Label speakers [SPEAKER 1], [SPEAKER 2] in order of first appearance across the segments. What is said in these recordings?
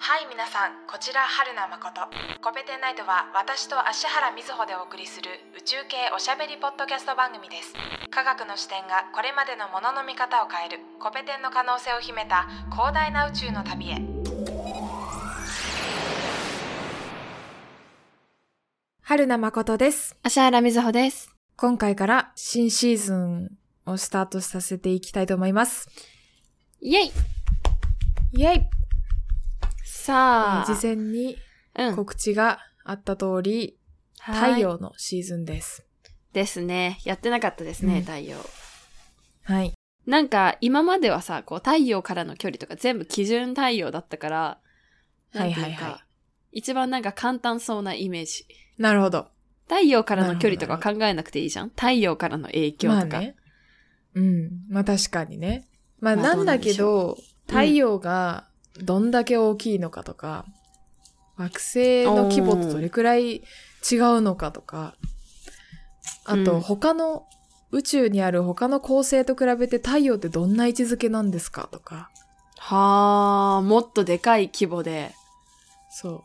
[SPEAKER 1] はい皆さんこちら春名誠コペテンナイトは私と芦原瑞穂でお送りする宇宙系おしゃべりポッドキャスト番組です科学の視点がこれまでのものの見方を変えるコペテンの可能性を秘めた広大な宇宙の旅へ春名誠です
[SPEAKER 2] 芦原瑞穂です。
[SPEAKER 1] 今回から新シーズンをスタートさせていきたいと思います
[SPEAKER 2] イェイ
[SPEAKER 1] イエイ
[SPEAKER 2] さあ、
[SPEAKER 1] 事前に
[SPEAKER 2] うん、
[SPEAKER 1] 告知があった通り、
[SPEAKER 2] はい
[SPEAKER 1] 太陽のシーズンです
[SPEAKER 2] ですね。やってなかったですね、
[SPEAKER 1] うん
[SPEAKER 2] 太陽。
[SPEAKER 1] はい
[SPEAKER 2] なんか、今まではさ、こう、太陽からの距離とか全部基準太陽だったから、なんてうか
[SPEAKER 1] はいはいは
[SPEAKER 2] 一番なんか簡単そうなイメージ。
[SPEAKER 1] なるほど
[SPEAKER 2] 太陽からの距離とか考えなくていいじゃん太陽からの影響とか。
[SPEAKER 1] まあね。うん。まあ確かにね。まあ
[SPEAKER 2] まあ
[SPEAKER 1] なんだけ
[SPEAKER 2] ど
[SPEAKER 1] ど、太陽がどんだけ大きいのかとか、惑星の規模とどれくらい違うのかとか、あ
[SPEAKER 2] ーう
[SPEAKER 1] と
[SPEAKER 2] ん
[SPEAKER 1] 他の、宇宙にある他の恒星と比べて太陽ってどんな位置づけなんですかとか、
[SPEAKER 2] はあ、もっとでかい規模で。
[SPEAKER 1] そう。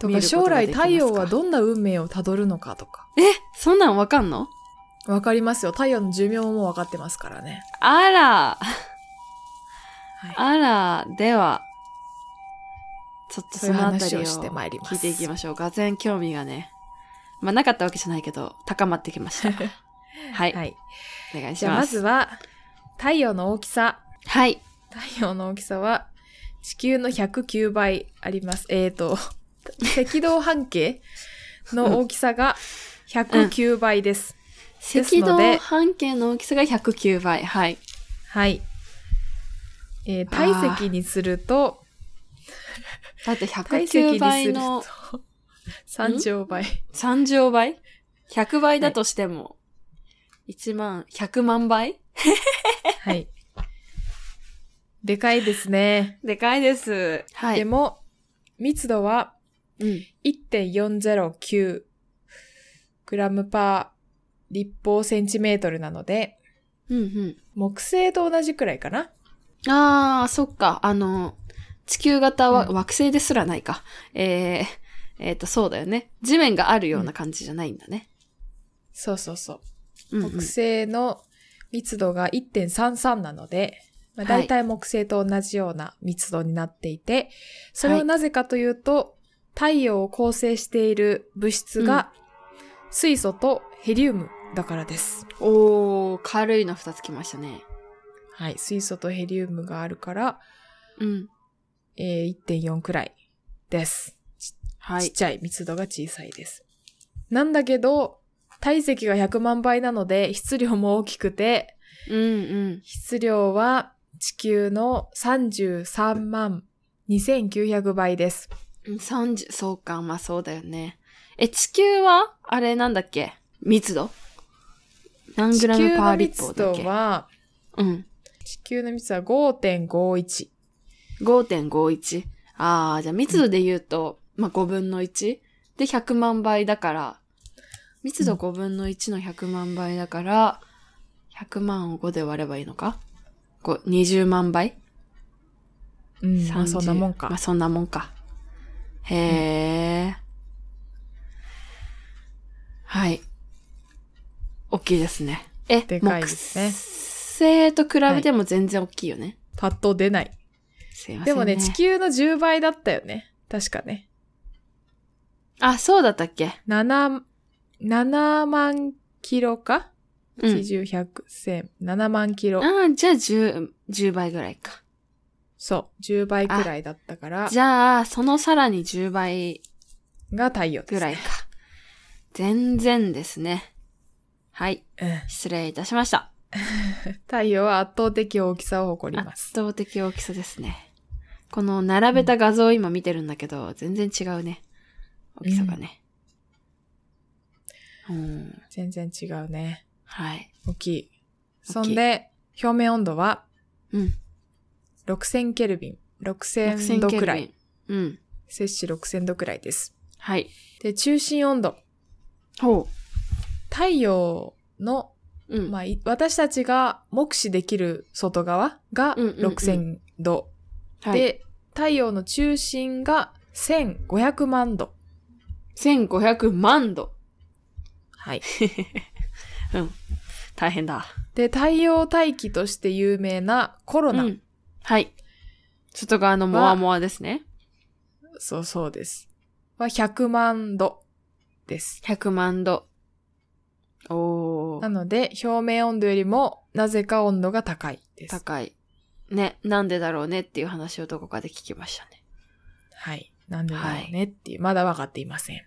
[SPEAKER 1] と
[SPEAKER 2] 見る
[SPEAKER 1] か
[SPEAKER 2] こと
[SPEAKER 1] 将
[SPEAKER 2] が
[SPEAKER 1] 来
[SPEAKER 2] できますか
[SPEAKER 1] 太陽はどんな運命をたどるのかとか。
[SPEAKER 2] えそんなんわかんの
[SPEAKER 1] わかりますよ。太陽の寿命もわかってますからね。
[SPEAKER 2] あら、
[SPEAKER 1] い
[SPEAKER 2] あら、では、ちょっと
[SPEAKER 1] そ
[SPEAKER 2] そう
[SPEAKER 1] いう
[SPEAKER 2] のあた
[SPEAKER 1] 話
[SPEAKER 2] りを
[SPEAKER 1] をしてまいります。
[SPEAKER 2] 聞いていきましょう。がぜん興味がね、まあなかったわけじゃないけど、高まってきま した。はい、
[SPEAKER 1] はい。
[SPEAKER 2] お願いし
[SPEAKER 1] じゃあ
[SPEAKER 2] ま。
[SPEAKER 1] ますずは太陽の大きさ
[SPEAKER 2] はい。
[SPEAKER 1] 太陽の大きさは地球の109倍ありますえー、 と赤道半径の大きさが109倍です、です
[SPEAKER 2] 赤
[SPEAKER 1] ので
[SPEAKER 2] 道半径の大きさが109倍。はい。
[SPEAKER 1] はい、えー体積にすると
[SPEAKER 2] だって
[SPEAKER 1] 体積
[SPEAKER 2] 109
[SPEAKER 1] にす
[SPEAKER 2] 倍
[SPEAKER 1] る
[SPEAKER 2] の
[SPEAKER 1] と3乗倍
[SPEAKER 2] 3乗倍 ?100 倍だとしても、1万、100万倍
[SPEAKER 1] はいでかいですね、
[SPEAKER 2] でかいです。は
[SPEAKER 1] で
[SPEAKER 2] い。
[SPEAKER 1] も密度は
[SPEAKER 2] うん。
[SPEAKER 1] 1.409グラムパー立方センチメートルなので、
[SPEAKER 2] うんうん。
[SPEAKER 1] 木星と同じくらいかな。
[SPEAKER 2] あー、そっか。あの、地球型は、
[SPEAKER 1] うん
[SPEAKER 2] 惑星ですらないか。えー、えっ、と、そうだよね。地面があるような感じじゃないんだね。
[SPEAKER 1] そうそうそう。
[SPEAKER 2] うん、うん
[SPEAKER 1] 木。星の密度が1.33なので、まあ、
[SPEAKER 2] はい
[SPEAKER 1] 大体木星と同じような密度になっていて、それ
[SPEAKER 2] は
[SPEAKER 1] はいなぜかというと、太陽を構成している物質が水素とヘリウムだからです。
[SPEAKER 2] おー、軽いの二つ来ましたね。
[SPEAKER 1] はい。水素とヘリウムがあるから、
[SPEAKER 2] うん。
[SPEAKER 1] えー1.4くらいです。
[SPEAKER 2] は
[SPEAKER 1] ちっ
[SPEAKER 2] い。
[SPEAKER 1] ちゃい密度が小さいです。なんだけど、体積が100万倍なので、質量も大きくて、
[SPEAKER 2] うんうん。
[SPEAKER 1] 質量は地球の33万2900倍です。
[SPEAKER 2] うん30、そうか、まあそうだよね。え、地球は、あれなんだっけ密度何
[SPEAKER 1] 地
[SPEAKER 2] グラム
[SPEAKER 1] 球
[SPEAKER 2] パー
[SPEAKER 1] の
[SPEAKER 2] 立方
[SPEAKER 1] 密
[SPEAKER 2] だ
[SPEAKER 1] 度
[SPEAKER 2] っけ
[SPEAKER 1] は、
[SPEAKER 2] うん。
[SPEAKER 1] 地球の密度は5.51。
[SPEAKER 2] 5.51。あー、じゃあ密度で言うと、まあ5分の1で100万倍だから、密度
[SPEAKER 1] うん
[SPEAKER 2] 5分の1の100万倍だから、100万を5で割ればいいのかこう20万倍
[SPEAKER 1] うん、まあ
[SPEAKER 2] 30
[SPEAKER 1] そんなもんか。
[SPEAKER 2] まあそんなもんか。へえ、はい。大きいですね。え、
[SPEAKER 1] でかいですね
[SPEAKER 2] 木星と比べても全然大きいよね。
[SPEAKER 1] パッと出ない。
[SPEAKER 2] すいませ
[SPEAKER 1] で
[SPEAKER 2] ん、ね。
[SPEAKER 1] もね、地。球の10倍だったよね。確かね。
[SPEAKER 2] あ、そうだったっけ
[SPEAKER 1] 7、7万キロか
[SPEAKER 2] うん。
[SPEAKER 1] ?80、100、1000、7万キロ。
[SPEAKER 2] ああ、じゃあ10、10倍ぐらいか。
[SPEAKER 1] そう、10倍くらいだったから、
[SPEAKER 2] じゃあ、そのさらに10倍
[SPEAKER 1] が太陽です、
[SPEAKER 2] ぐらいか。全然ですね。はい。
[SPEAKER 1] うん
[SPEAKER 2] 失礼いたしました。
[SPEAKER 1] 太陽は圧倒的大きさを誇りま
[SPEAKER 2] 圧
[SPEAKER 1] す。
[SPEAKER 2] 倒的大きさですね。この並べた画像を今見てるんだけど、全然違うね。大きさがね。うん。
[SPEAKER 1] 全然違うね。
[SPEAKER 2] はい。
[SPEAKER 1] 大きい。
[SPEAKER 2] 大
[SPEAKER 1] そ
[SPEAKER 2] きい
[SPEAKER 1] んで、表面温度は
[SPEAKER 2] うん。
[SPEAKER 1] 6000ケルビン、6000
[SPEAKER 2] 6000
[SPEAKER 1] 度
[SPEAKER 2] ケ
[SPEAKER 1] く
[SPEAKER 2] ル
[SPEAKER 1] ら
[SPEAKER 2] ビ
[SPEAKER 1] い。
[SPEAKER 2] ン。うん。
[SPEAKER 1] 摂氏6000度くらいです。
[SPEAKER 2] はい。
[SPEAKER 1] で、中心温度。
[SPEAKER 2] ほ
[SPEAKER 1] 太陽の、
[SPEAKER 2] う。うん。
[SPEAKER 1] まあ、い私たちが目視できる外側が
[SPEAKER 2] うんうんうん
[SPEAKER 1] 6000度。
[SPEAKER 2] はい、
[SPEAKER 1] で、太陽の中心が1500万度。
[SPEAKER 2] 1500万度。
[SPEAKER 1] はい。
[SPEAKER 2] 大変だ。
[SPEAKER 1] で、太陽大気として有名なコロ
[SPEAKER 2] う
[SPEAKER 1] ナ。
[SPEAKER 2] ん。はい。外側のモワモワですね。
[SPEAKER 1] そうそうです。は100万度です。
[SPEAKER 2] 100万度。お
[SPEAKER 1] な
[SPEAKER 2] ー。
[SPEAKER 1] ので、表面温度よりも、なぜか温度が高いです。
[SPEAKER 2] 高い。ね、なんでだろうねっていう話をどこかで聞きましたね。
[SPEAKER 1] はい。なんでだろうねっていう、まだ分かっていません。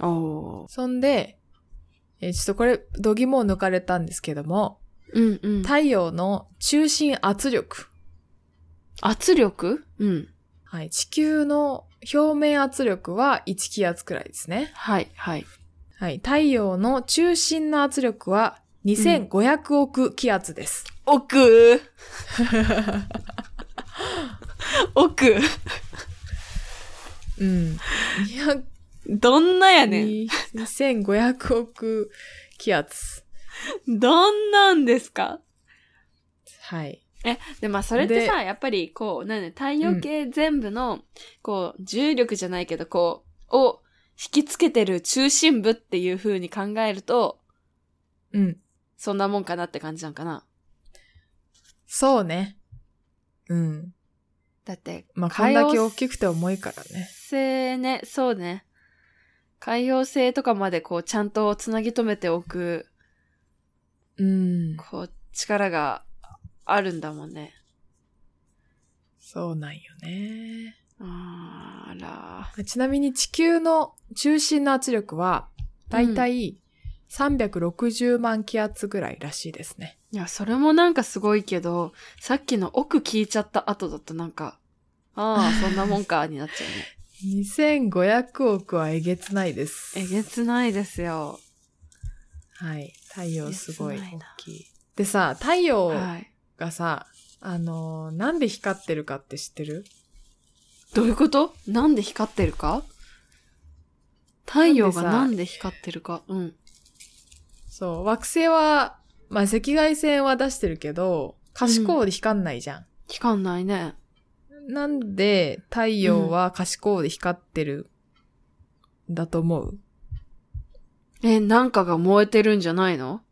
[SPEAKER 2] おー。
[SPEAKER 1] そんで、えーちょっとこれ、度肝を抜かれたんですけども、
[SPEAKER 2] うんうん。
[SPEAKER 1] 太陽の中心圧力。
[SPEAKER 2] 圧力うん。
[SPEAKER 1] はい。地球の表面圧力は1気圧くらいですね。
[SPEAKER 2] はい、はい。
[SPEAKER 1] はい。太陽の中心の圧力は2500億気圧です。
[SPEAKER 2] 奥奥
[SPEAKER 1] うん。200
[SPEAKER 2] どんなやねん。
[SPEAKER 1] 2500億気圧。
[SPEAKER 2] どんなんですか
[SPEAKER 1] はい。
[SPEAKER 2] で、まあ、それってさ、
[SPEAKER 1] で
[SPEAKER 2] やっぱり、こう、なんだね、太陽系全部の、こう、重力じゃないけど、こう、を引きつけてる中心部っていう風に考えると、
[SPEAKER 1] うん。
[SPEAKER 2] そんなもんかなって感じなんかな。
[SPEAKER 1] そうね。うん。
[SPEAKER 2] だって、
[SPEAKER 1] まあ、こ
[SPEAKER 2] 海
[SPEAKER 1] ん
[SPEAKER 2] 洋
[SPEAKER 1] だけ大きくて重いからね。
[SPEAKER 2] 星ね、そうね。海洋星とかまでこう、ちゃんとつなぎ止めておく、
[SPEAKER 1] うん。
[SPEAKER 2] こう、力があるんだもんね。
[SPEAKER 1] そうなんよね。
[SPEAKER 2] あら。
[SPEAKER 1] ちなみに地球の中心の圧力は、だいたい360万気圧ぐらいらしいですね。
[SPEAKER 2] いや、それもなんかすごいけど、さっきの奥聞いちゃった後だとなんか、ああ、そんなもんか、になっちゃうね。
[SPEAKER 1] 2500億はえげつないで す。
[SPEAKER 2] えげつないですよ。
[SPEAKER 1] はい。太陽すごい
[SPEAKER 2] え
[SPEAKER 1] 大
[SPEAKER 2] げつないな
[SPEAKER 1] きい。でさ、太陽
[SPEAKER 2] はい。
[SPEAKER 1] がさ、あのーなんで光ってるかって知ってる
[SPEAKER 2] どういうことなんで光ってるか太陽がな
[SPEAKER 1] なんん
[SPEAKER 2] で光ってるかうん。
[SPEAKER 1] そう、惑星は、まあ、赤外線は出してるけど、可視光で光んないじゃん。
[SPEAKER 2] 光んないね。
[SPEAKER 1] なんで、太陽は可視光で光ってる、んだと思う
[SPEAKER 2] え、なんかが燃えてるんじゃないの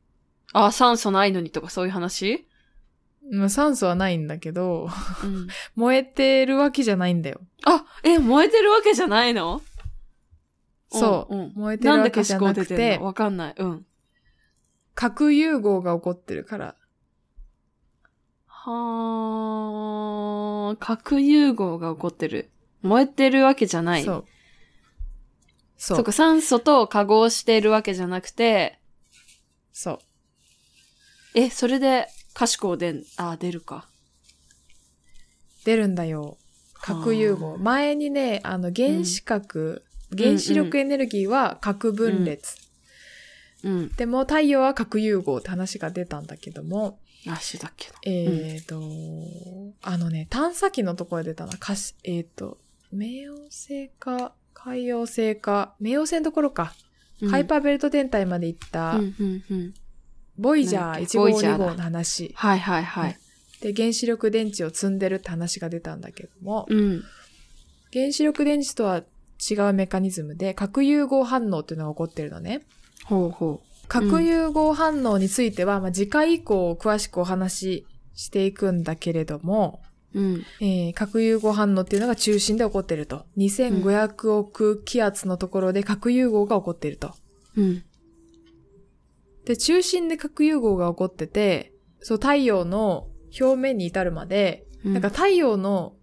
[SPEAKER 2] あ、酸素ないのにとかそういう話
[SPEAKER 1] まあ、酸素はないんだけど、
[SPEAKER 2] うん。
[SPEAKER 1] 燃えてるわけじゃないんだよ。
[SPEAKER 2] あ、え、燃えてるわけじゃないの
[SPEAKER 1] そう。
[SPEAKER 2] んん
[SPEAKER 1] 燃えて
[SPEAKER 2] な
[SPEAKER 1] る
[SPEAKER 2] ん
[SPEAKER 1] わ
[SPEAKER 2] で
[SPEAKER 1] け
[SPEAKER 2] 可
[SPEAKER 1] じ
[SPEAKER 2] 視
[SPEAKER 1] ゃ
[SPEAKER 2] 光
[SPEAKER 1] な
[SPEAKER 2] 出
[SPEAKER 1] く
[SPEAKER 2] て
[SPEAKER 1] て
[SPEAKER 2] んの、わかんない。うん。
[SPEAKER 1] 核融合が起こってるから。
[SPEAKER 2] はー、核融合が起こってる。燃えてるわけじゃない。
[SPEAKER 1] そう。そ
[SPEAKER 2] そうっか、。酸素と化合してるわけじゃなくて、
[SPEAKER 1] そう。
[SPEAKER 2] え、それで、可視光でん、あ、出るか。
[SPEAKER 1] 出るんだよ。核融
[SPEAKER 2] は
[SPEAKER 1] 合。前にね、あの、原子核、原子力エネルギーは核分裂。
[SPEAKER 2] ー。うん。
[SPEAKER 1] でも太陽は核融合って話が出たんだけども、
[SPEAKER 2] あ、しだっけな。
[SPEAKER 1] えーと、あのね、探査機のところで出たな、かし、えーと、冥王星か、海洋星か、冥王星のところか、
[SPEAKER 2] うん
[SPEAKER 1] ハイパーベルト天体まで行った、
[SPEAKER 2] うん、うん、うん。
[SPEAKER 1] ボイジャ
[SPEAKER 2] なんだ
[SPEAKER 1] ー
[SPEAKER 2] っけ
[SPEAKER 1] 1号
[SPEAKER 2] ボイジャー
[SPEAKER 1] 2
[SPEAKER 2] だ
[SPEAKER 1] 号の話、
[SPEAKER 2] はい、はい、はい。
[SPEAKER 1] で、原子力電池を積んでるって話が出たんだけども、
[SPEAKER 2] うん。
[SPEAKER 1] 原子力電池とは違うメカニズムで、核融合反応っていうのが起こってるのね。
[SPEAKER 2] ほうほ
[SPEAKER 1] 核融合反応については、まあ、次回以降詳しくお話ししていくんだけれども、
[SPEAKER 2] う。うん。
[SPEAKER 1] えー核融合反応っていうのが中心で起こっていると。2500億気圧のところで核融合が起こっていると。
[SPEAKER 2] うん。
[SPEAKER 1] で、中心で核融合が起こってて、そう、太陽の表面に至るまで、
[SPEAKER 2] うん
[SPEAKER 1] なんか太陽の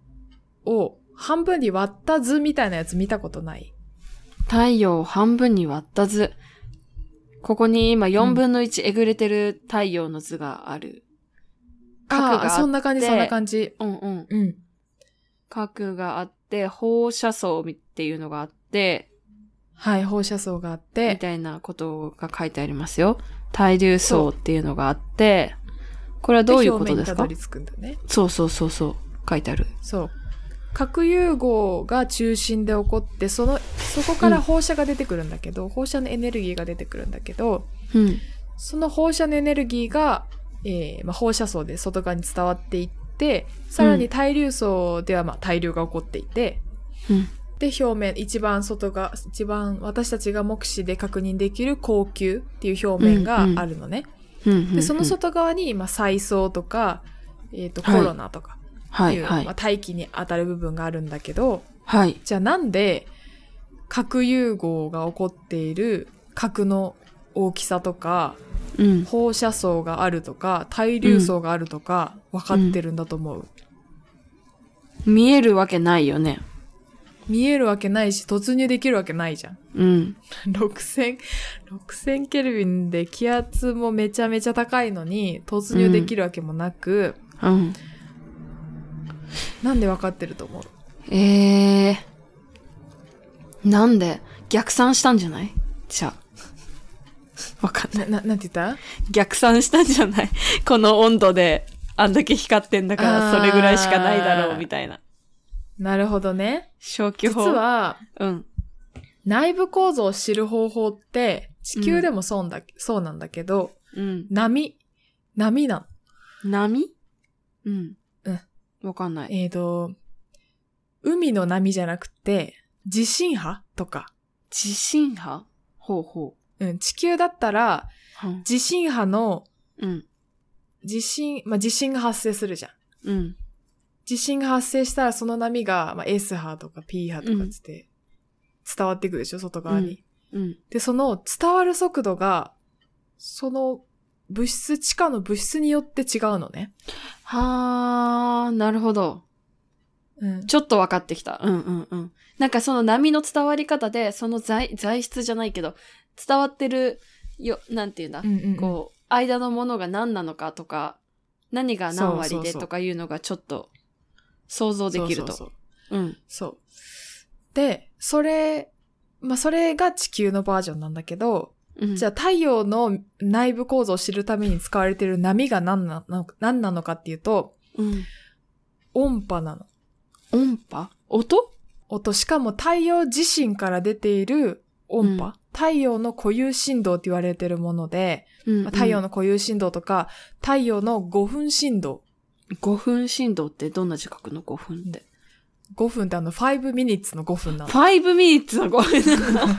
[SPEAKER 1] を半分に割った図みたいなやつ見たことない。
[SPEAKER 2] 太陽を半分に割った図。ここに今4分の1えぐれてる太陽の図がある。核があって
[SPEAKER 1] あーそんな感じ、そんな感じ。
[SPEAKER 2] うん、うん。
[SPEAKER 1] うん。
[SPEAKER 2] 核があって、放射層っていうのがあって、
[SPEAKER 1] はい、放射層があっ
[SPEAKER 2] み
[SPEAKER 1] て、
[SPEAKER 2] たいなことが書いてありますよ。対流層っていうのがあって、これはどういうことです
[SPEAKER 1] 表面にたど
[SPEAKER 2] か
[SPEAKER 1] り着くんだね。
[SPEAKER 2] そうそうそうそう。書いてある。
[SPEAKER 1] そう。核融合が中心で起こって、その、そこから放射が出てくるんだけど、放射のエネルギーが出てくるんだけど、
[SPEAKER 2] うん。
[SPEAKER 1] その放射のエネルギーが、えーまあ、放射層で外側に伝わっていっってさらに対流層ではまあ対流が起こっていて、
[SPEAKER 2] うん
[SPEAKER 1] で表面一番外が一番私たちが目視で確認できる高級っていう表面があるのね、でその外側にまあ細層とか、えー、とコ
[SPEAKER 2] はい
[SPEAKER 1] ロナとか
[SPEAKER 2] は
[SPEAKER 1] いう、
[SPEAKER 2] いはい
[SPEAKER 1] まあ、大気に当たる部分があるんだけど
[SPEAKER 2] はい
[SPEAKER 1] じゃあなんで核融合が起こっている核の大きさとか
[SPEAKER 2] うん
[SPEAKER 1] 放射層があるとか対流層があるとか分かってるんだと思う、
[SPEAKER 2] 見えるわけないよね
[SPEAKER 1] 見えるわけないし突入できるわけないじゃん
[SPEAKER 2] うん
[SPEAKER 1] 6000 6000ケルビンで気圧もめちゃめちゃ高いのに突入できるわけもなく、
[SPEAKER 2] うん
[SPEAKER 1] なんで分かってると思う
[SPEAKER 2] えー、なんで逆算したんじゃないじゃあわかんない
[SPEAKER 1] なななんて言った
[SPEAKER 2] 逆算したんじゃないこの温度であんだけ光ってんだから
[SPEAKER 1] あー
[SPEAKER 2] それぐらいしかないだろうみたいな
[SPEAKER 1] なるほどね
[SPEAKER 2] 消去
[SPEAKER 1] 実
[SPEAKER 2] 法
[SPEAKER 1] は
[SPEAKER 2] うん
[SPEAKER 1] 内部構造を知る方法って地球でもそうなんだ,、そうなんだけど
[SPEAKER 2] うん
[SPEAKER 1] 波波なの
[SPEAKER 2] 波うん
[SPEAKER 1] うん
[SPEAKER 2] わかんない
[SPEAKER 1] えー、と、海の波じゃなくて、地震波とか、
[SPEAKER 2] 地震波ほうほ
[SPEAKER 1] うん、地球だったら、
[SPEAKER 2] ううん
[SPEAKER 1] 地震波の、
[SPEAKER 2] うん
[SPEAKER 1] 地震、まあ、地震が発生するじゃん。
[SPEAKER 2] うん
[SPEAKER 1] 地震が発生したら、その波が、まあ、S 波とか P 波とかつって、伝わっていくでしょ、外側に。
[SPEAKER 2] んうん
[SPEAKER 1] で、その伝わる速度が、その物質、地下の物質によって違うのね。
[SPEAKER 2] はあなるほど
[SPEAKER 1] うん。
[SPEAKER 2] ちょっと分かってきた。うんうんうん。なんかその波の伝わり方で、その材材質じゃないけど、伝わってるよ、なんていうんだ、
[SPEAKER 1] うんうんうん
[SPEAKER 2] こう、間のものが何なのかとか、何が何割
[SPEAKER 1] そうそう
[SPEAKER 2] で
[SPEAKER 1] そう
[SPEAKER 2] とかいうのがちょっと想像できると。
[SPEAKER 1] そうそうそう
[SPEAKER 2] うん。
[SPEAKER 1] そう。で、それ、まあ、それが地球のバージョンなんだけど、
[SPEAKER 2] うん、
[SPEAKER 1] じゃあ太陽の内部構造を知るために使われている波が何なの何なのかっていうと、
[SPEAKER 2] うん、
[SPEAKER 1] 音波なの。
[SPEAKER 2] 音波音
[SPEAKER 1] 音、しかも太陽自身から出ている音波。
[SPEAKER 2] うん
[SPEAKER 1] 太陽の固有振動って言われてるもので、
[SPEAKER 2] うん
[SPEAKER 1] まあ太陽
[SPEAKER 2] の。
[SPEAKER 1] の固有振動とか、太陽の5分振動。
[SPEAKER 2] 5分振動ってどんな字書くの ?5 分って。
[SPEAKER 1] 5分ってあの5 minutes の5 分なの。
[SPEAKER 2] 5 minutes の5分なの。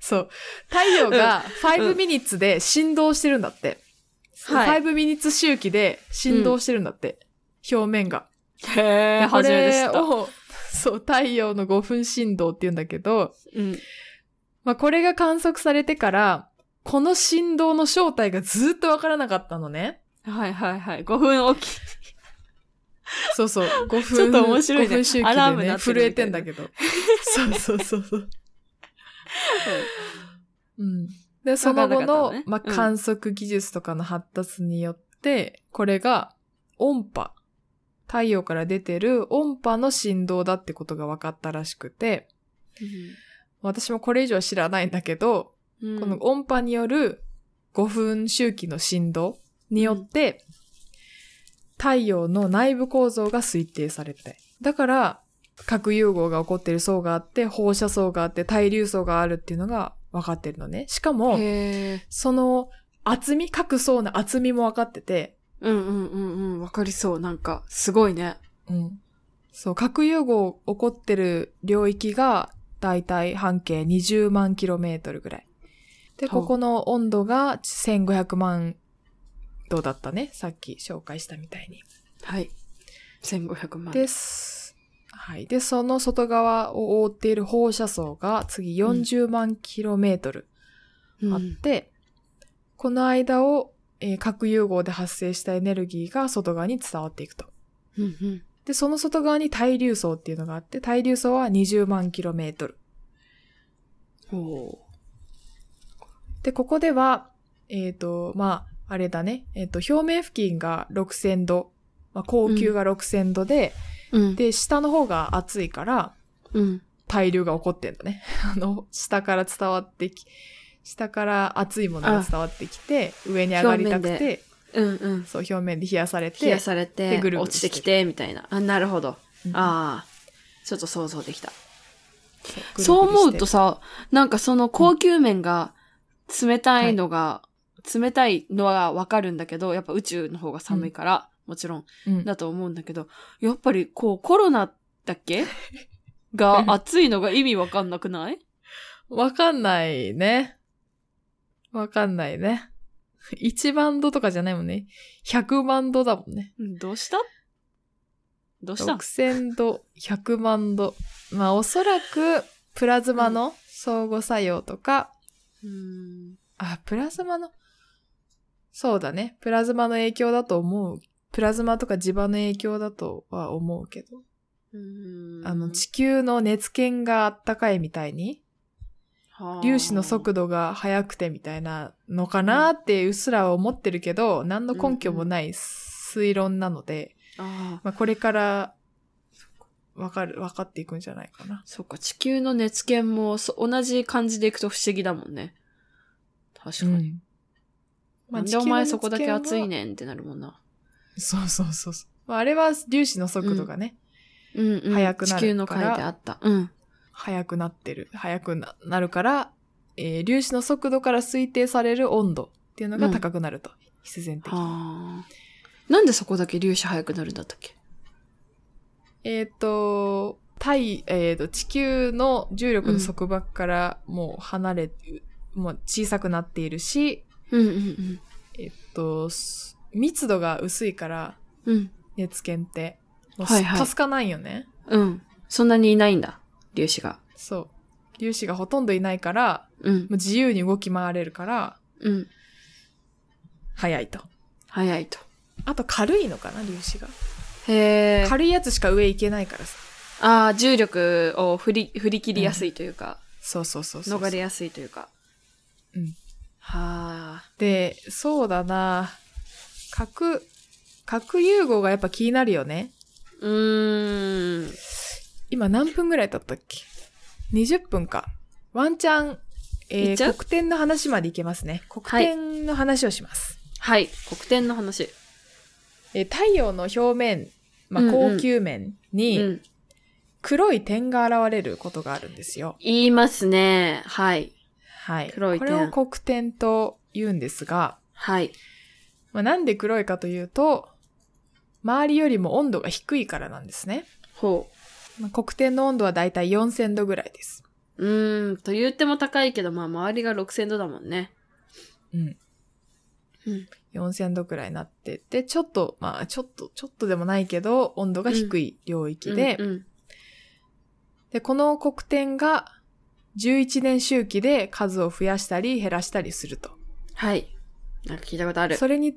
[SPEAKER 1] そう。太陽が5 minutes で振動してるんだって。
[SPEAKER 2] はい
[SPEAKER 1] 5 minutes 周期で振動してるんだって。表面が。
[SPEAKER 2] へー
[SPEAKER 1] こ
[SPEAKER 2] 初めて知っ
[SPEAKER 1] れ
[SPEAKER 2] た。
[SPEAKER 1] を、そう、太陽の5分振動って言うんだけど、
[SPEAKER 2] うん。
[SPEAKER 1] まあ、これが観測されてから、この振動の正体がずっとわからなかったのね。
[SPEAKER 2] はいはいはい。5分おき。
[SPEAKER 1] そうそう、5 分。
[SPEAKER 2] ちょっと面白いね
[SPEAKER 1] 5分周期
[SPEAKER 2] アラー
[SPEAKER 1] で
[SPEAKER 2] ム
[SPEAKER 1] ね、
[SPEAKER 2] 鳴って
[SPEAKER 1] 震
[SPEAKER 2] る
[SPEAKER 1] え
[SPEAKER 2] みた
[SPEAKER 1] て
[SPEAKER 2] い
[SPEAKER 1] ん
[SPEAKER 2] な
[SPEAKER 1] だけど。そうそうそうそう。うん。で、その後
[SPEAKER 2] わからなかっ
[SPEAKER 1] の、
[SPEAKER 2] たのね
[SPEAKER 1] まあ、
[SPEAKER 2] うん
[SPEAKER 1] 観測技術とかの発達によって、これが音波。太陽から出てる音波の振動だってことが分かったらしくて、私もこれ以上は知らないんだけど、
[SPEAKER 2] うん
[SPEAKER 1] この音波による5分周期の振動によって、太陽の内部構造が推定されて。だから、核融合が起こってる層があって、放射層があって、対流層があるっていうのが分かってるのね。しかも、
[SPEAKER 2] へえ。
[SPEAKER 1] その厚み、各層の厚みも分かってて、
[SPEAKER 2] うんうんうんうん。わかりそう。なんか、すごいね。
[SPEAKER 1] うん。そう、核融合起こってる領域が、だいたい半径20万キロメートルぐらい。で、
[SPEAKER 2] ほう
[SPEAKER 1] ここの温度が1500万度だったね。さっき紹介したみたいに。
[SPEAKER 2] はい。1500万。
[SPEAKER 1] です。はい。で、その外側を覆っている放射層が次40万キロメートル。
[SPEAKER 2] うん
[SPEAKER 1] あって、この間を、えー核融合で発生したエネルギーが外側に伝わっていくと。
[SPEAKER 2] うんうん
[SPEAKER 1] で、その外側に対流層っていうのがあって、対流層は20万キロメートル。
[SPEAKER 2] ほ
[SPEAKER 1] で、ここでは、えっ、と、まあ、あれだね、えっ、と、表面付近が6000度、まあ、高級が6000度で、
[SPEAKER 2] う。うん。
[SPEAKER 1] で、下の方が熱いから、
[SPEAKER 2] うん。
[SPEAKER 1] 対流が起こってんだね。 あの、下から伝わってき、下から熱いものが伝わってきて、上に上がりたく
[SPEAKER 2] 表
[SPEAKER 1] て、
[SPEAKER 2] うんうん。
[SPEAKER 1] そう、表面で冷やされて、
[SPEAKER 2] 冷やされて、
[SPEAKER 1] でぐるぐる
[SPEAKER 2] 落ちてきて、みたいな。あ、なるほど。
[SPEAKER 1] うん
[SPEAKER 2] ああ。ちょっと想像できた。
[SPEAKER 1] ぐるぐるして
[SPEAKER 2] そう思うとさ、なんかその高級面が冷たいのが、冷たいのはわかるんだけど、やっぱ宇宙の方が寒いから、もちろん、
[SPEAKER 1] うん
[SPEAKER 2] だと思うんだけど、やっぱりこうコロナだっ けが暑いのが意味わかんなくない
[SPEAKER 1] わかんないね。わかんないね。1万度とかじゃないもんね。100万度だもんね。
[SPEAKER 2] うんどうしたどうしたん
[SPEAKER 1] 6000度、100万度。まあおそらくプラズマの相互作用とか、
[SPEAKER 2] うん
[SPEAKER 1] あ、プラズマの、そうだね。プラズマの影響だと思う。プラズマとか磁場の影響だとは思うけど。
[SPEAKER 2] うん
[SPEAKER 1] あの地球の熱圏があったかいみたいに、
[SPEAKER 2] はあ
[SPEAKER 1] 粒子の速度が速くてみたいなのかなってうっすら思ってるけど、何の根拠もない推論なので、
[SPEAKER 2] ああ
[SPEAKER 1] まあ、これからわかる、分かっていくんじゃないかな。
[SPEAKER 2] そうか、地球の熱源もそ同じ感じでいくと不思議だもんね。確かに。
[SPEAKER 1] ま
[SPEAKER 2] な
[SPEAKER 1] あ
[SPEAKER 2] んでお前そこだけ暑
[SPEAKER 1] 熱
[SPEAKER 2] い
[SPEAKER 1] 圏は
[SPEAKER 2] ねんってなるもんな。
[SPEAKER 1] そうそうそうそう。まあ、あれは粒子の速度がね、
[SPEAKER 2] うん、うん。
[SPEAKER 1] 早くなるから
[SPEAKER 2] 地球の回であった。うん。
[SPEAKER 1] 速くなってる、速くななるから、えー粒子の速度から推定される温度っていうのが高くなると。必然的に。
[SPEAKER 2] はあ。なんでそこだけ粒子早くなるんだったっけ
[SPEAKER 1] えっ、と、対、えーと、地球の重力の束縛からもう離れ、もう小さくなっているし、
[SPEAKER 2] うんうん
[SPEAKER 1] えっ、と、す密度が薄いから、
[SPEAKER 2] うん。うん。
[SPEAKER 1] 熱源って、もう
[SPEAKER 2] は
[SPEAKER 1] す
[SPEAKER 2] いはい
[SPEAKER 1] かすかないよね。
[SPEAKER 2] うん。そんなにいないんだ。粒子が。
[SPEAKER 1] そう。粒子がほとんどいないから、
[SPEAKER 2] うん
[SPEAKER 1] もう。自由に動き回れるから、
[SPEAKER 2] うん。
[SPEAKER 1] 早いと。
[SPEAKER 2] 早いと。
[SPEAKER 1] あと軽いのかな、粒子が。
[SPEAKER 2] へえ。
[SPEAKER 1] 軽いやつしか上行けないからさ。
[SPEAKER 2] ああ、重力を振り、振り切りやすいというか、
[SPEAKER 1] そうそうそうそう。
[SPEAKER 2] 逃れやすいというか。
[SPEAKER 1] うん。
[SPEAKER 2] はあ。
[SPEAKER 1] で、そうだな核、核融合がやっぱ気になるよね。
[SPEAKER 2] うーん。
[SPEAKER 1] 今何分ぐらい経ったっけ ?20 分か。ワンチャン、
[SPEAKER 2] い
[SPEAKER 1] え
[SPEAKER 2] っちゃ
[SPEAKER 1] ー、
[SPEAKER 2] う
[SPEAKER 1] 黒点の話までいけますね。黒
[SPEAKER 2] はい
[SPEAKER 1] 点の話をします。
[SPEAKER 2] はい。黒点の話。
[SPEAKER 1] えー太陽の表面、まあ、
[SPEAKER 2] うんうん
[SPEAKER 1] 高級面
[SPEAKER 2] う
[SPEAKER 1] に
[SPEAKER 2] ん。
[SPEAKER 1] 黒い点が現れることがあるんですよ。
[SPEAKER 2] 言いますね。はい。
[SPEAKER 1] はい。
[SPEAKER 2] 黒い点
[SPEAKER 1] これを黒点と言うんですが、
[SPEAKER 2] はい。
[SPEAKER 1] まあ、なんで黒いかというと、周りよりも温度が低いからなんですね。
[SPEAKER 2] ほ
[SPEAKER 1] まあ、黒点の温度はだいたい4000度ぐらいです。
[SPEAKER 2] う。うーん。と言っても高いけど、まあ、周りが6000度だもんね。
[SPEAKER 1] うん。
[SPEAKER 2] うん。
[SPEAKER 1] 4000度くらいになってて、ちょっと、まあ、ちょっと、ちょっとでもないけど、温度が低い領域で、
[SPEAKER 2] うんうん。
[SPEAKER 1] で、この黒点が11年周期で数を増やしたり減らしたりすると。
[SPEAKER 2] はい。なんか聞いたことある。
[SPEAKER 1] それに、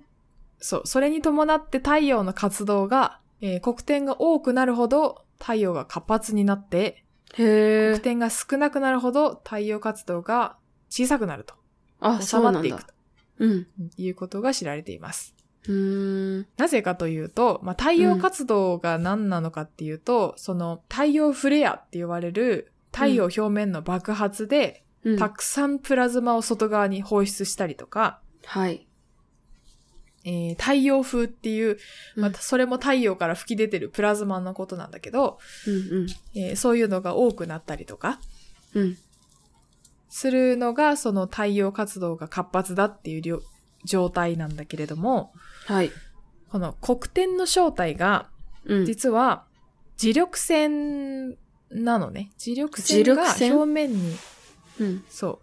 [SPEAKER 1] そう、それに伴って太陽の活動が、えー黒点が多くなるほど太陽が活発になって、
[SPEAKER 2] へ
[SPEAKER 1] 黒
[SPEAKER 2] え。
[SPEAKER 1] 点が少なくなるほど太陽活動が小さくなると。
[SPEAKER 2] あ、
[SPEAKER 1] 収
[SPEAKER 2] そう
[SPEAKER 1] ま
[SPEAKER 2] な
[SPEAKER 1] って
[SPEAKER 2] ん
[SPEAKER 1] いく
[SPEAKER 2] だ。
[SPEAKER 1] と
[SPEAKER 2] うん。
[SPEAKER 1] いうことが知られています。
[SPEAKER 2] うーん。
[SPEAKER 1] なぜかというと、まあ、太陽活動が何なのかっていうと、その太陽フレアって言われる太陽表面の爆発で、
[SPEAKER 2] うん
[SPEAKER 1] たくさんプラズマを外側に放出したりとか、
[SPEAKER 2] はい。
[SPEAKER 1] えー太陽風っていう、
[SPEAKER 2] うん
[SPEAKER 1] またそれも太陽から吹き出てるプラズマのことなんだけど、
[SPEAKER 2] うんうん。
[SPEAKER 1] えーそういうのが多くなったりとか
[SPEAKER 2] うん。
[SPEAKER 1] するのがその太陽活動が活発だっていうりょ状態なんだけれども、
[SPEAKER 2] はい。
[SPEAKER 1] この黒点の正体が
[SPEAKER 2] うん。
[SPEAKER 1] 実は磁力線なのね磁力
[SPEAKER 2] 磁
[SPEAKER 1] 線が
[SPEAKER 2] 力線
[SPEAKER 1] 表面に
[SPEAKER 2] うん。
[SPEAKER 1] そう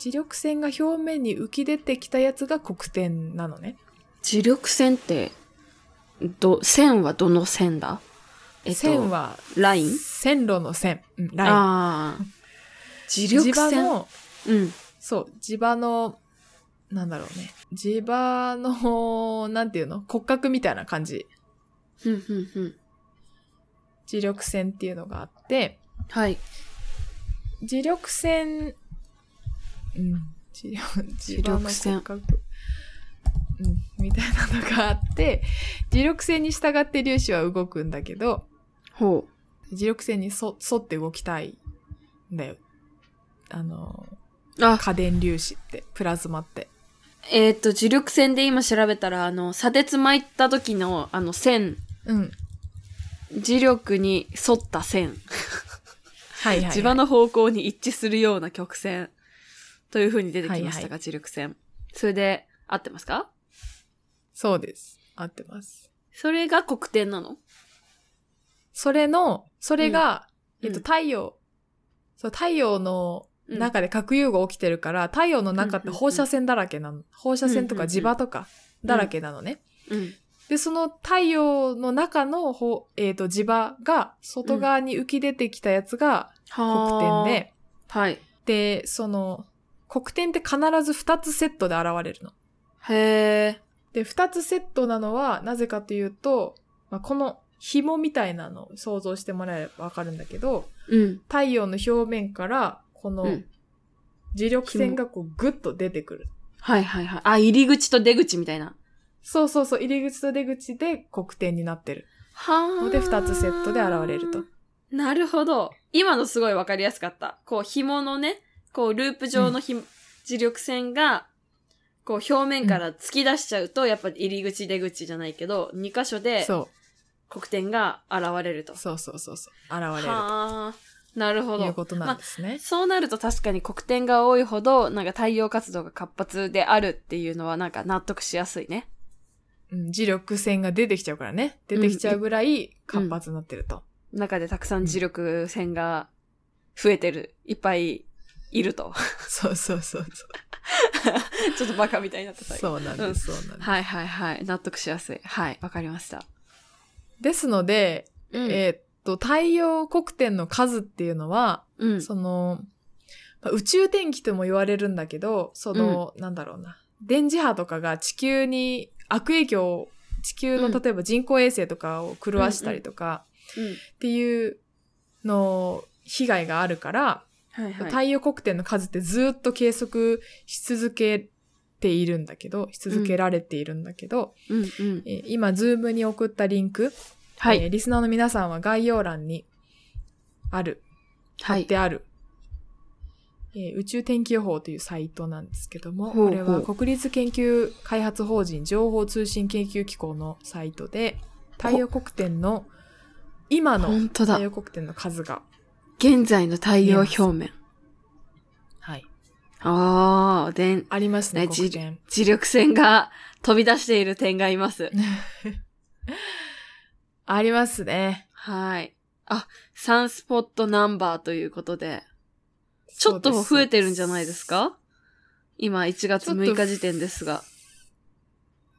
[SPEAKER 1] 磁力線が表面に浮き出てきたやつが黒点なのね
[SPEAKER 2] 磁力線って、ど、線はどの線だえっと、
[SPEAKER 1] 線は
[SPEAKER 2] ライン
[SPEAKER 1] 線路の線、うんライン
[SPEAKER 2] ああ。磁力
[SPEAKER 1] 磁場
[SPEAKER 2] 線。
[SPEAKER 1] の
[SPEAKER 2] うん。
[SPEAKER 1] そう磁場のなんだろうね磁場のなんていうの骨格みたいな感じ
[SPEAKER 2] ふんふんふん。
[SPEAKER 1] 磁力線っていうのがあって
[SPEAKER 2] はい。
[SPEAKER 1] 磁力線、うん、磁力
[SPEAKER 2] 磁力線
[SPEAKER 1] 磁場の骨格うん、みたいなのがあって、磁力線に従って粒子は動くんだけど、
[SPEAKER 2] ほ
[SPEAKER 1] 磁力線にそ沿って動きたいんだよ。あの、
[SPEAKER 2] う。あ、
[SPEAKER 1] 家電粒子って、プラズマって。
[SPEAKER 2] えーっ、と、磁力線で今調べたら、あの、砂鉄巻いた時の、あの、線。
[SPEAKER 1] うん。
[SPEAKER 2] 磁力に沿った線。
[SPEAKER 1] はいはい、はい。
[SPEAKER 2] 磁場の方向に一致するような曲線。という風に出てきましたが、
[SPEAKER 1] はいは
[SPEAKER 2] 磁力線。それで、合ってますか
[SPEAKER 1] そうです。合ってます。
[SPEAKER 2] それが黒点なの
[SPEAKER 1] それの、それが、
[SPEAKER 2] うん
[SPEAKER 1] えっと、
[SPEAKER 2] うん
[SPEAKER 1] 太陽、そう、太陽の中で核融合起きてるから、太陽の中って放射線だらけなの。放射線とか磁場とかだらけなのね。
[SPEAKER 2] うん。
[SPEAKER 1] で、その太陽の中のほ、えっと磁場が外側に浮き出てきたやつが黒点
[SPEAKER 2] で。
[SPEAKER 1] で、
[SPEAKER 2] はい。
[SPEAKER 1] で、その、黒点って必ず2つセットで現れるの。
[SPEAKER 2] へえ。
[SPEAKER 1] で、2つセットなのは、なぜかというと、まあ、この紐みたいなのを想像してもらえればわかるんだけど、
[SPEAKER 2] うん。
[SPEAKER 1] 太陽の表面から、こ
[SPEAKER 2] う
[SPEAKER 1] の
[SPEAKER 2] ん
[SPEAKER 1] 磁力線がこうグッと出てくる。
[SPEAKER 2] はいはいはい。あ、入り口と出口みたいな。
[SPEAKER 1] そうそうそう、入り口と出口で黒点になってる。
[SPEAKER 2] は
[SPEAKER 1] ので二つセットで現れると。
[SPEAKER 2] なるほど。今のすごいわかりやすかった。こう、紐のね、こう、ループ状のひ、磁力線が、こう、表面から突き出しちゃうと、やっぱ入り口出口じゃないけど、二箇所で
[SPEAKER 1] そ
[SPEAKER 2] 黒点が現れると
[SPEAKER 1] う、。そうそうそうそう、現れる
[SPEAKER 2] はあ。なるほ
[SPEAKER 1] という
[SPEAKER 2] ど。
[SPEAKER 1] ことなんですね。
[SPEAKER 2] そうなると確かに黒点が多いほど、なんか太陽活動が活発であるっていうのはなんか納得しやすいね。
[SPEAKER 1] うん、磁力線が出てきちゃうからね。出てきちゃうぐらい活発になってると。
[SPEAKER 2] 中でたくさん磁力線が増えてる。いっぱいいると。
[SPEAKER 1] そうそうそうそう。
[SPEAKER 2] ちょっとバカみたいになった最後
[SPEAKER 1] そうなんです、そうなんです。
[SPEAKER 2] はいはいはい。納得しやすい。はい。わかりました。
[SPEAKER 1] ですので、
[SPEAKER 2] うん
[SPEAKER 1] えーっと、太陽黒点の数っていうのは、
[SPEAKER 2] うん。
[SPEAKER 1] その、まあ宇宙天気とも言われるんだけど、その、なんだろうな。電磁波とかが地球に悪影響を、地球の
[SPEAKER 2] うん
[SPEAKER 1] 例えば人工衛星とかを狂わしたりとか
[SPEAKER 2] うん
[SPEAKER 1] っていうの被害があるから、
[SPEAKER 2] はいはい。
[SPEAKER 1] 太陽黒点の数ってずっと計測し続けているんだけど、し続けられているんだけど、
[SPEAKER 2] うんうん。
[SPEAKER 1] えー今、ズームに送ったリンク、
[SPEAKER 2] は
[SPEAKER 1] えー
[SPEAKER 2] い。
[SPEAKER 1] リスナーの皆さんは概要欄にある、
[SPEAKER 2] はい。
[SPEAKER 1] である、えー宇宙天気予報というサイトなんですけども、
[SPEAKER 2] ほう
[SPEAKER 1] これ
[SPEAKER 2] ほ
[SPEAKER 1] は
[SPEAKER 2] う
[SPEAKER 1] 国立研究開発法人情報通信研究機構のサイトで、太陽黒点の今の
[SPEAKER 2] 本当だ
[SPEAKER 1] 太。陽黒点の数が、
[SPEAKER 2] 現在の太陽表面。
[SPEAKER 1] はい、
[SPEAKER 2] ああ、でん、
[SPEAKER 1] ありますね、
[SPEAKER 2] ね
[SPEAKER 1] 黒点。
[SPEAKER 2] 磁力線が 飛び出している点がいます。
[SPEAKER 1] ありますね。
[SPEAKER 2] はい。あ、サンスポットナンバーということで、ちょっと
[SPEAKER 1] そう
[SPEAKER 2] 増えてるんじゃないですか今1月6日時点ですが。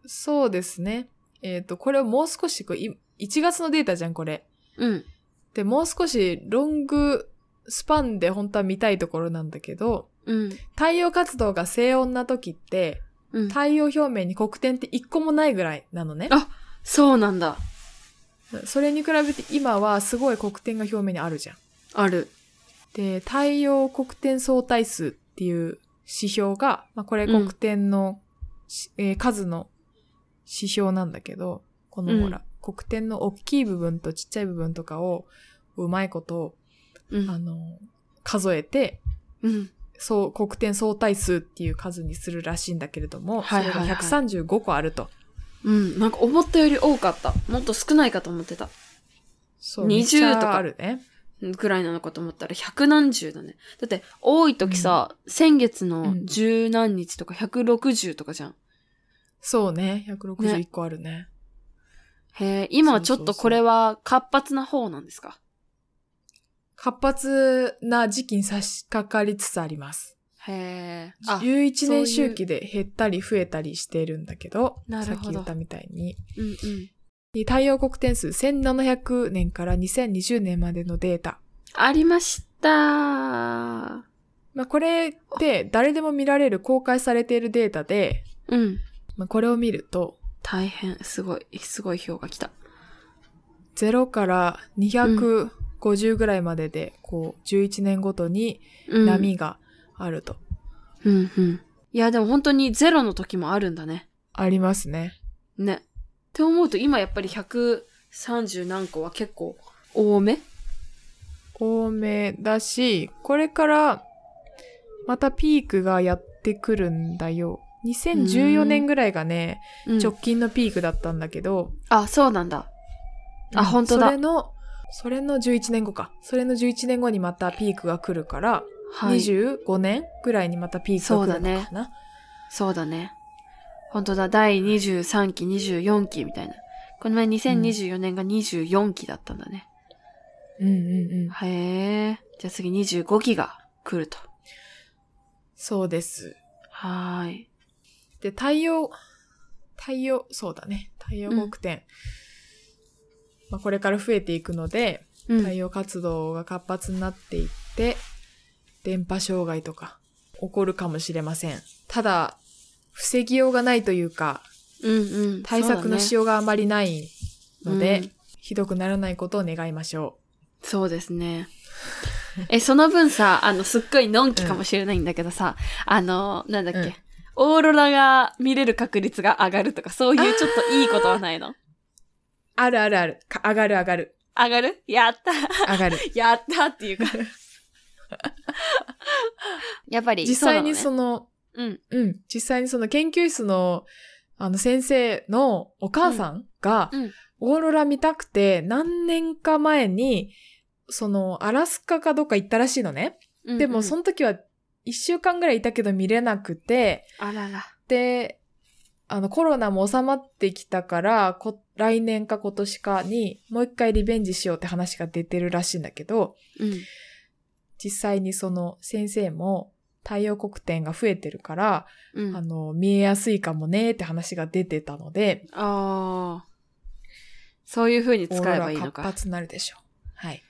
[SPEAKER 1] そうですね。えっ、と、これをもう少しこう、い1月のデータじゃん、これ。
[SPEAKER 2] うん。
[SPEAKER 1] で、もう少しロングスパンで本当は見たいところなんだけど、
[SPEAKER 2] うん。
[SPEAKER 1] 太陽活動が静温な時って、
[SPEAKER 2] うん。
[SPEAKER 1] 太陽表面に黒点って一個もないぐらいなのね
[SPEAKER 2] あ。そうなんだ。
[SPEAKER 1] それに比べて今はすごい黒点が表面にあるじゃん。
[SPEAKER 2] ある。
[SPEAKER 1] で、太陽黒点相対数っていう指標が、まあ、これ黒点のし、えー数の指標なんだけど、こ
[SPEAKER 2] うん
[SPEAKER 1] のほら、黒点の大きい部分とちっちゃい部分とかを、うまいこと、
[SPEAKER 2] う
[SPEAKER 1] あ
[SPEAKER 2] ん。
[SPEAKER 1] の、数えて、
[SPEAKER 2] うん。
[SPEAKER 1] そう、黒点相対数っていう数にするらしいんだけれども、
[SPEAKER 2] はいはいはい
[SPEAKER 1] それが135個あると。
[SPEAKER 2] うん。なんか思ったより多かった。もっと少ないかと思ってた。
[SPEAKER 1] そう、
[SPEAKER 2] 20
[SPEAKER 1] めっちゃ
[SPEAKER 2] とか
[SPEAKER 1] あるね。
[SPEAKER 2] ぐらいなのかと思ったら、百何十だね。だって、多い時さ、先月の十何日とか160とかじゃん。
[SPEAKER 1] そうね、161個あるね
[SPEAKER 2] へえ、今はちょっ
[SPEAKER 1] そうそ
[SPEAKER 2] と
[SPEAKER 1] うそう
[SPEAKER 2] これは活発な方なんですか
[SPEAKER 1] 活発な時期に差し掛かりつつあります。
[SPEAKER 2] へえ。あ、
[SPEAKER 1] 11
[SPEAKER 2] そういう
[SPEAKER 1] 年周期で減ったり増えたりしてるんだけど、
[SPEAKER 2] なる
[SPEAKER 1] さっ
[SPEAKER 2] ほど
[SPEAKER 1] き言ったみたいに。
[SPEAKER 2] うんうん。
[SPEAKER 1] 太陽黒点数1700年から2020年までのデータ。
[SPEAKER 2] ありましたー。
[SPEAKER 1] まあ、これって誰でも見られる公開されているデータで、
[SPEAKER 2] うん。
[SPEAKER 1] まあ、これを見ると、
[SPEAKER 2] 大変、すごい、すごい票が来た。
[SPEAKER 1] 0から250ぐらいまでで、こう、11年ごとに
[SPEAKER 2] うん。
[SPEAKER 1] 波があると。
[SPEAKER 2] うんうん。いや、でも本当にゼロの時もあるんだね。
[SPEAKER 1] ありますね。
[SPEAKER 2] ね。って思うと、今やっぱり130何個は結構多め
[SPEAKER 1] 多めだし、これからまたピークがやってくるんだよ。2014年ぐらいがね、
[SPEAKER 2] うん
[SPEAKER 1] 直近のピークだったんだけど、
[SPEAKER 2] あ、そうなんだ。あ
[SPEAKER 1] うん
[SPEAKER 2] 本当だ
[SPEAKER 1] それの、それの11年後か。それの11年後にまたピークが来るから、
[SPEAKER 2] はい。
[SPEAKER 1] 25年ぐらいにまたピークが来るのかな。
[SPEAKER 2] そうだね。本当だ。第23期、24期みたいなこの前2024年が24期だったんだね。
[SPEAKER 1] うんうんうん。
[SPEAKER 2] へえ。じゃあ次25期が来ると。
[SPEAKER 1] そうです。
[SPEAKER 2] はーい。
[SPEAKER 1] で、太陽、太陽、そうだね。太陽黒点。まあ、これから増えていくので、
[SPEAKER 2] う
[SPEAKER 1] 太
[SPEAKER 2] ん。
[SPEAKER 1] 陽活動が活発になっていって、電波障害とか起こるかもしれません。ただ、防ぎようがないというか、
[SPEAKER 2] うんうん。
[SPEAKER 1] 対策のし
[SPEAKER 2] よ
[SPEAKER 1] ようがあまりないので、
[SPEAKER 2] うん
[SPEAKER 1] ひどくならないことを願いましょ
[SPEAKER 2] う。そうですね。え、その分さ、あの、すっごいのんきかもしれないんだけどさ、あの、なんだっけ、
[SPEAKER 1] うん
[SPEAKER 2] オーロラが見れる確率が上がるとか、そういうちょっといいことはない の
[SPEAKER 1] う。あるあるある。か上がる上がる。
[SPEAKER 2] 上がるやった
[SPEAKER 1] 上がる。
[SPEAKER 2] やったって いうか。やっぱり、
[SPEAKER 1] 実際にそ
[SPEAKER 2] の、
[SPEAKER 1] の、
[SPEAKER 2] うん。
[SPEAKER 1] うん、実際にその研究室の、あの先生のお母さんが、
[SPEAKER 2] うんうん
[SPEAKER 1] オーロラ見たくて何年か前に、そのアラスカかどっか行ったらしいのね。
[SPEAKER 2] うん
[SPEAKER 1] でもそ
[SPEAKER 2] ん、
[SPEAKER 1] の時は1週間ぐらいいたけど見れなくて、
[SPEAKER 2] あらら。
[SPEAKER 1] で、あのコロナも収まってきたから、こ来年か今年かにもう一回リベンジしようって話が出てるらしいんだけど、
[SPEAKER 2] うん。
[SPEAKER 1] 実際にその先生も太陽黒点が増えてるから、
[SPEAKER 2] うん。
[SPEAKER 1] あ
[SPEAKER 2] あ
[SPEAKER 1] の、見えやすいかもねって話が出てたので、
[SPEAKER 2] あー。そういう風に使
[SPEAKER 1] オーロ
[SPEAKER 2] え
[SPEAKER 1] ラ
[SPEAKER 2] ばいいの
[SPEAKER 1] 活
[SPEAKER 2] か。
[SPEAKER 1] 発になるでしょう。はい。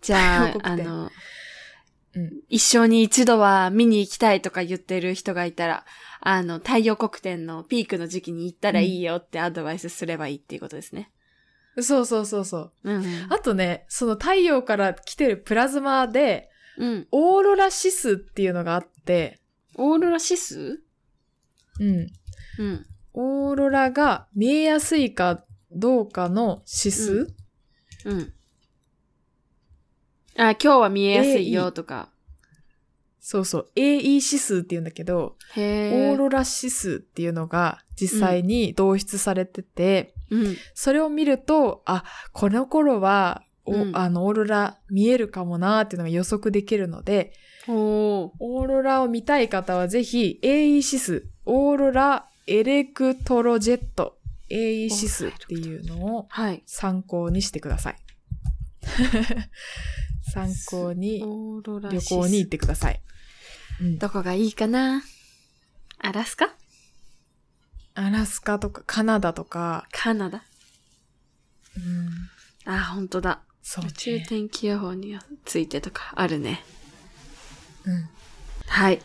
[SPEAKER 2] じゃあ
[SPEAKER 1] 太陽、黒
[SPEAKER 2] あ
[SPEAKER 1] 点
[SPEAKER 2] の、
[SPEAKER 1] うん
[SPEAKER 2] 一生に一度は見に行きたいとか言ってる人がいたら、あの、太陽黒点のピークの時期に行ったらいいよってアドバイスすればいいっていうことですね。
[SPEAKER 1] そうそうそうそう。
[SPEAKER 2] うん。
[SPEAKER 1] あとね、その太陽から来てるプラズマで、
[SPEAKER 2] うん。
[SPEAKER 1] オーロラ指数っていうのがあって、
[SPEAKER 2] オーロラ指数
[SPEAKER 1] うん。
[SPEAKER 2] うん。
[SPEAKER 1] オーロラが見えやすいかどうかの指数、
[SPEAKER 2] ううん。あ、今日は見えやすいよとか。
[SPEAKER 1] そうそう。AE 指数っていうんだけど、
[SPEAKER 2] へ
[SPEAKER 1] オ
[SPEAKER 2] え
[SPEAKER 1] ー。ロラ指数っていうのが実際に導出されてて、
[SPEAKER 2] うん。
[SPEAKER 1] それを見ると、あ、この頃は、お
[SPEAKER 2] うん
[SPEAKER 1] あの、オーロラ見えるかもなーっていうのが予測できるので、
[SPEAKER 2] おー
[SPEAKER 1] オーロラを見たい方はぜひ、AE 指数、オーロラエレクトロジェット、AE 指数っていうのを
[SPEAKER 2] はい。
[SPEAKER 1] 参考にしてく ださい。参考に
[SPEAKER 2] オーロラ
[SPEAKER 1] 旅
[SPEAKER 2] 指数
[SPEAKER 1] 行に行ってください。うん
[SPEAKER 2] どこがいいかなアラスカ
[SPEAKER 1] アラスカとかカナダとか、
[SPEAKER 2] カナダ
[SPEAKER 1] うん、
[SPEAKER 2] あ、本当だ。
[SPEAKER 1] そう、
[SPEAKER 2] 宇宙
[SPEAKER 1] ね
[SPEAKER 2] 天気予報についてとかあるね。
[SPEAKER 1] うん。
[SPEAKER 2] はい。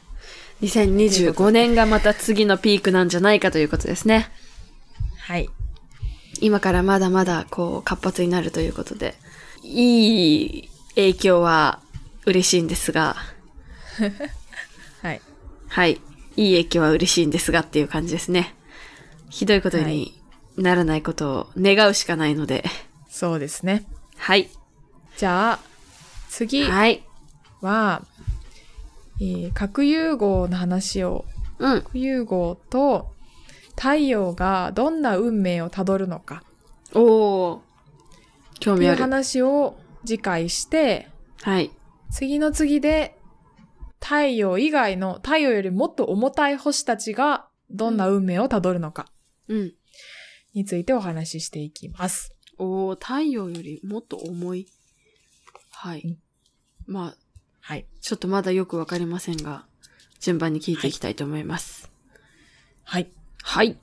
[SPEAKER 2] 2025年がまた次のピークなんじゃないかということですね。
[SPEAKER 1] はい。
[SPEAKER 2] 今からまだまだこう活発になるということで、いい影響は嬉しいんですが、
[SPEAKER 1] はい。
[SPEAKER 2] はい。いい影響は嬉しいんですがっていう感じですね。ひどいこと
[SPEAKER 1] は
[SPEAKER 2] に
[SPEAKER 1] い
[SPEAKER 2] ならないことを願うしかないので、
[SPEAKER 1] そうですね。
[SPEAKER 2] はい。
[SPEAKER 1] じゃあ、次。
[SPEAKER 2] はい。
[SPEAKER 1] は、えー核融合の話を、
[SPEAKER 2] うん。
[SPEAKER 1] 核融合と太陽がどんな運命をたどるのか
[SPEAKER 2] おお。興
[SPEAKER 1] と
[SPEAKER 2] 味
[SPEAKER 1] いう
[SPEAKER 2] ある。
[SPEAKER 1] 話を次回して、
[SPEAKER 2] はい。
[SPEAKER 1] 次の次で太陽以外の太陽よりもっと重たい星たちがどんな運命をたどるのか
[SPEAKER 2] うん。
[SPEAKER 1] についてお話ししていきます。
[SPEAKER 2] おお、太陽よりもっと重い。は
[SPEAKER 1] うん
[SPEAKER 2] い。まあ、
[SPEAKER 1] はい。
[SPEAKER 2] ちょっとまだよくわかりませんが、順番に聞いていきたいと思います。
[SPEAKER 1] はい。
[SPEAKER 2] はい。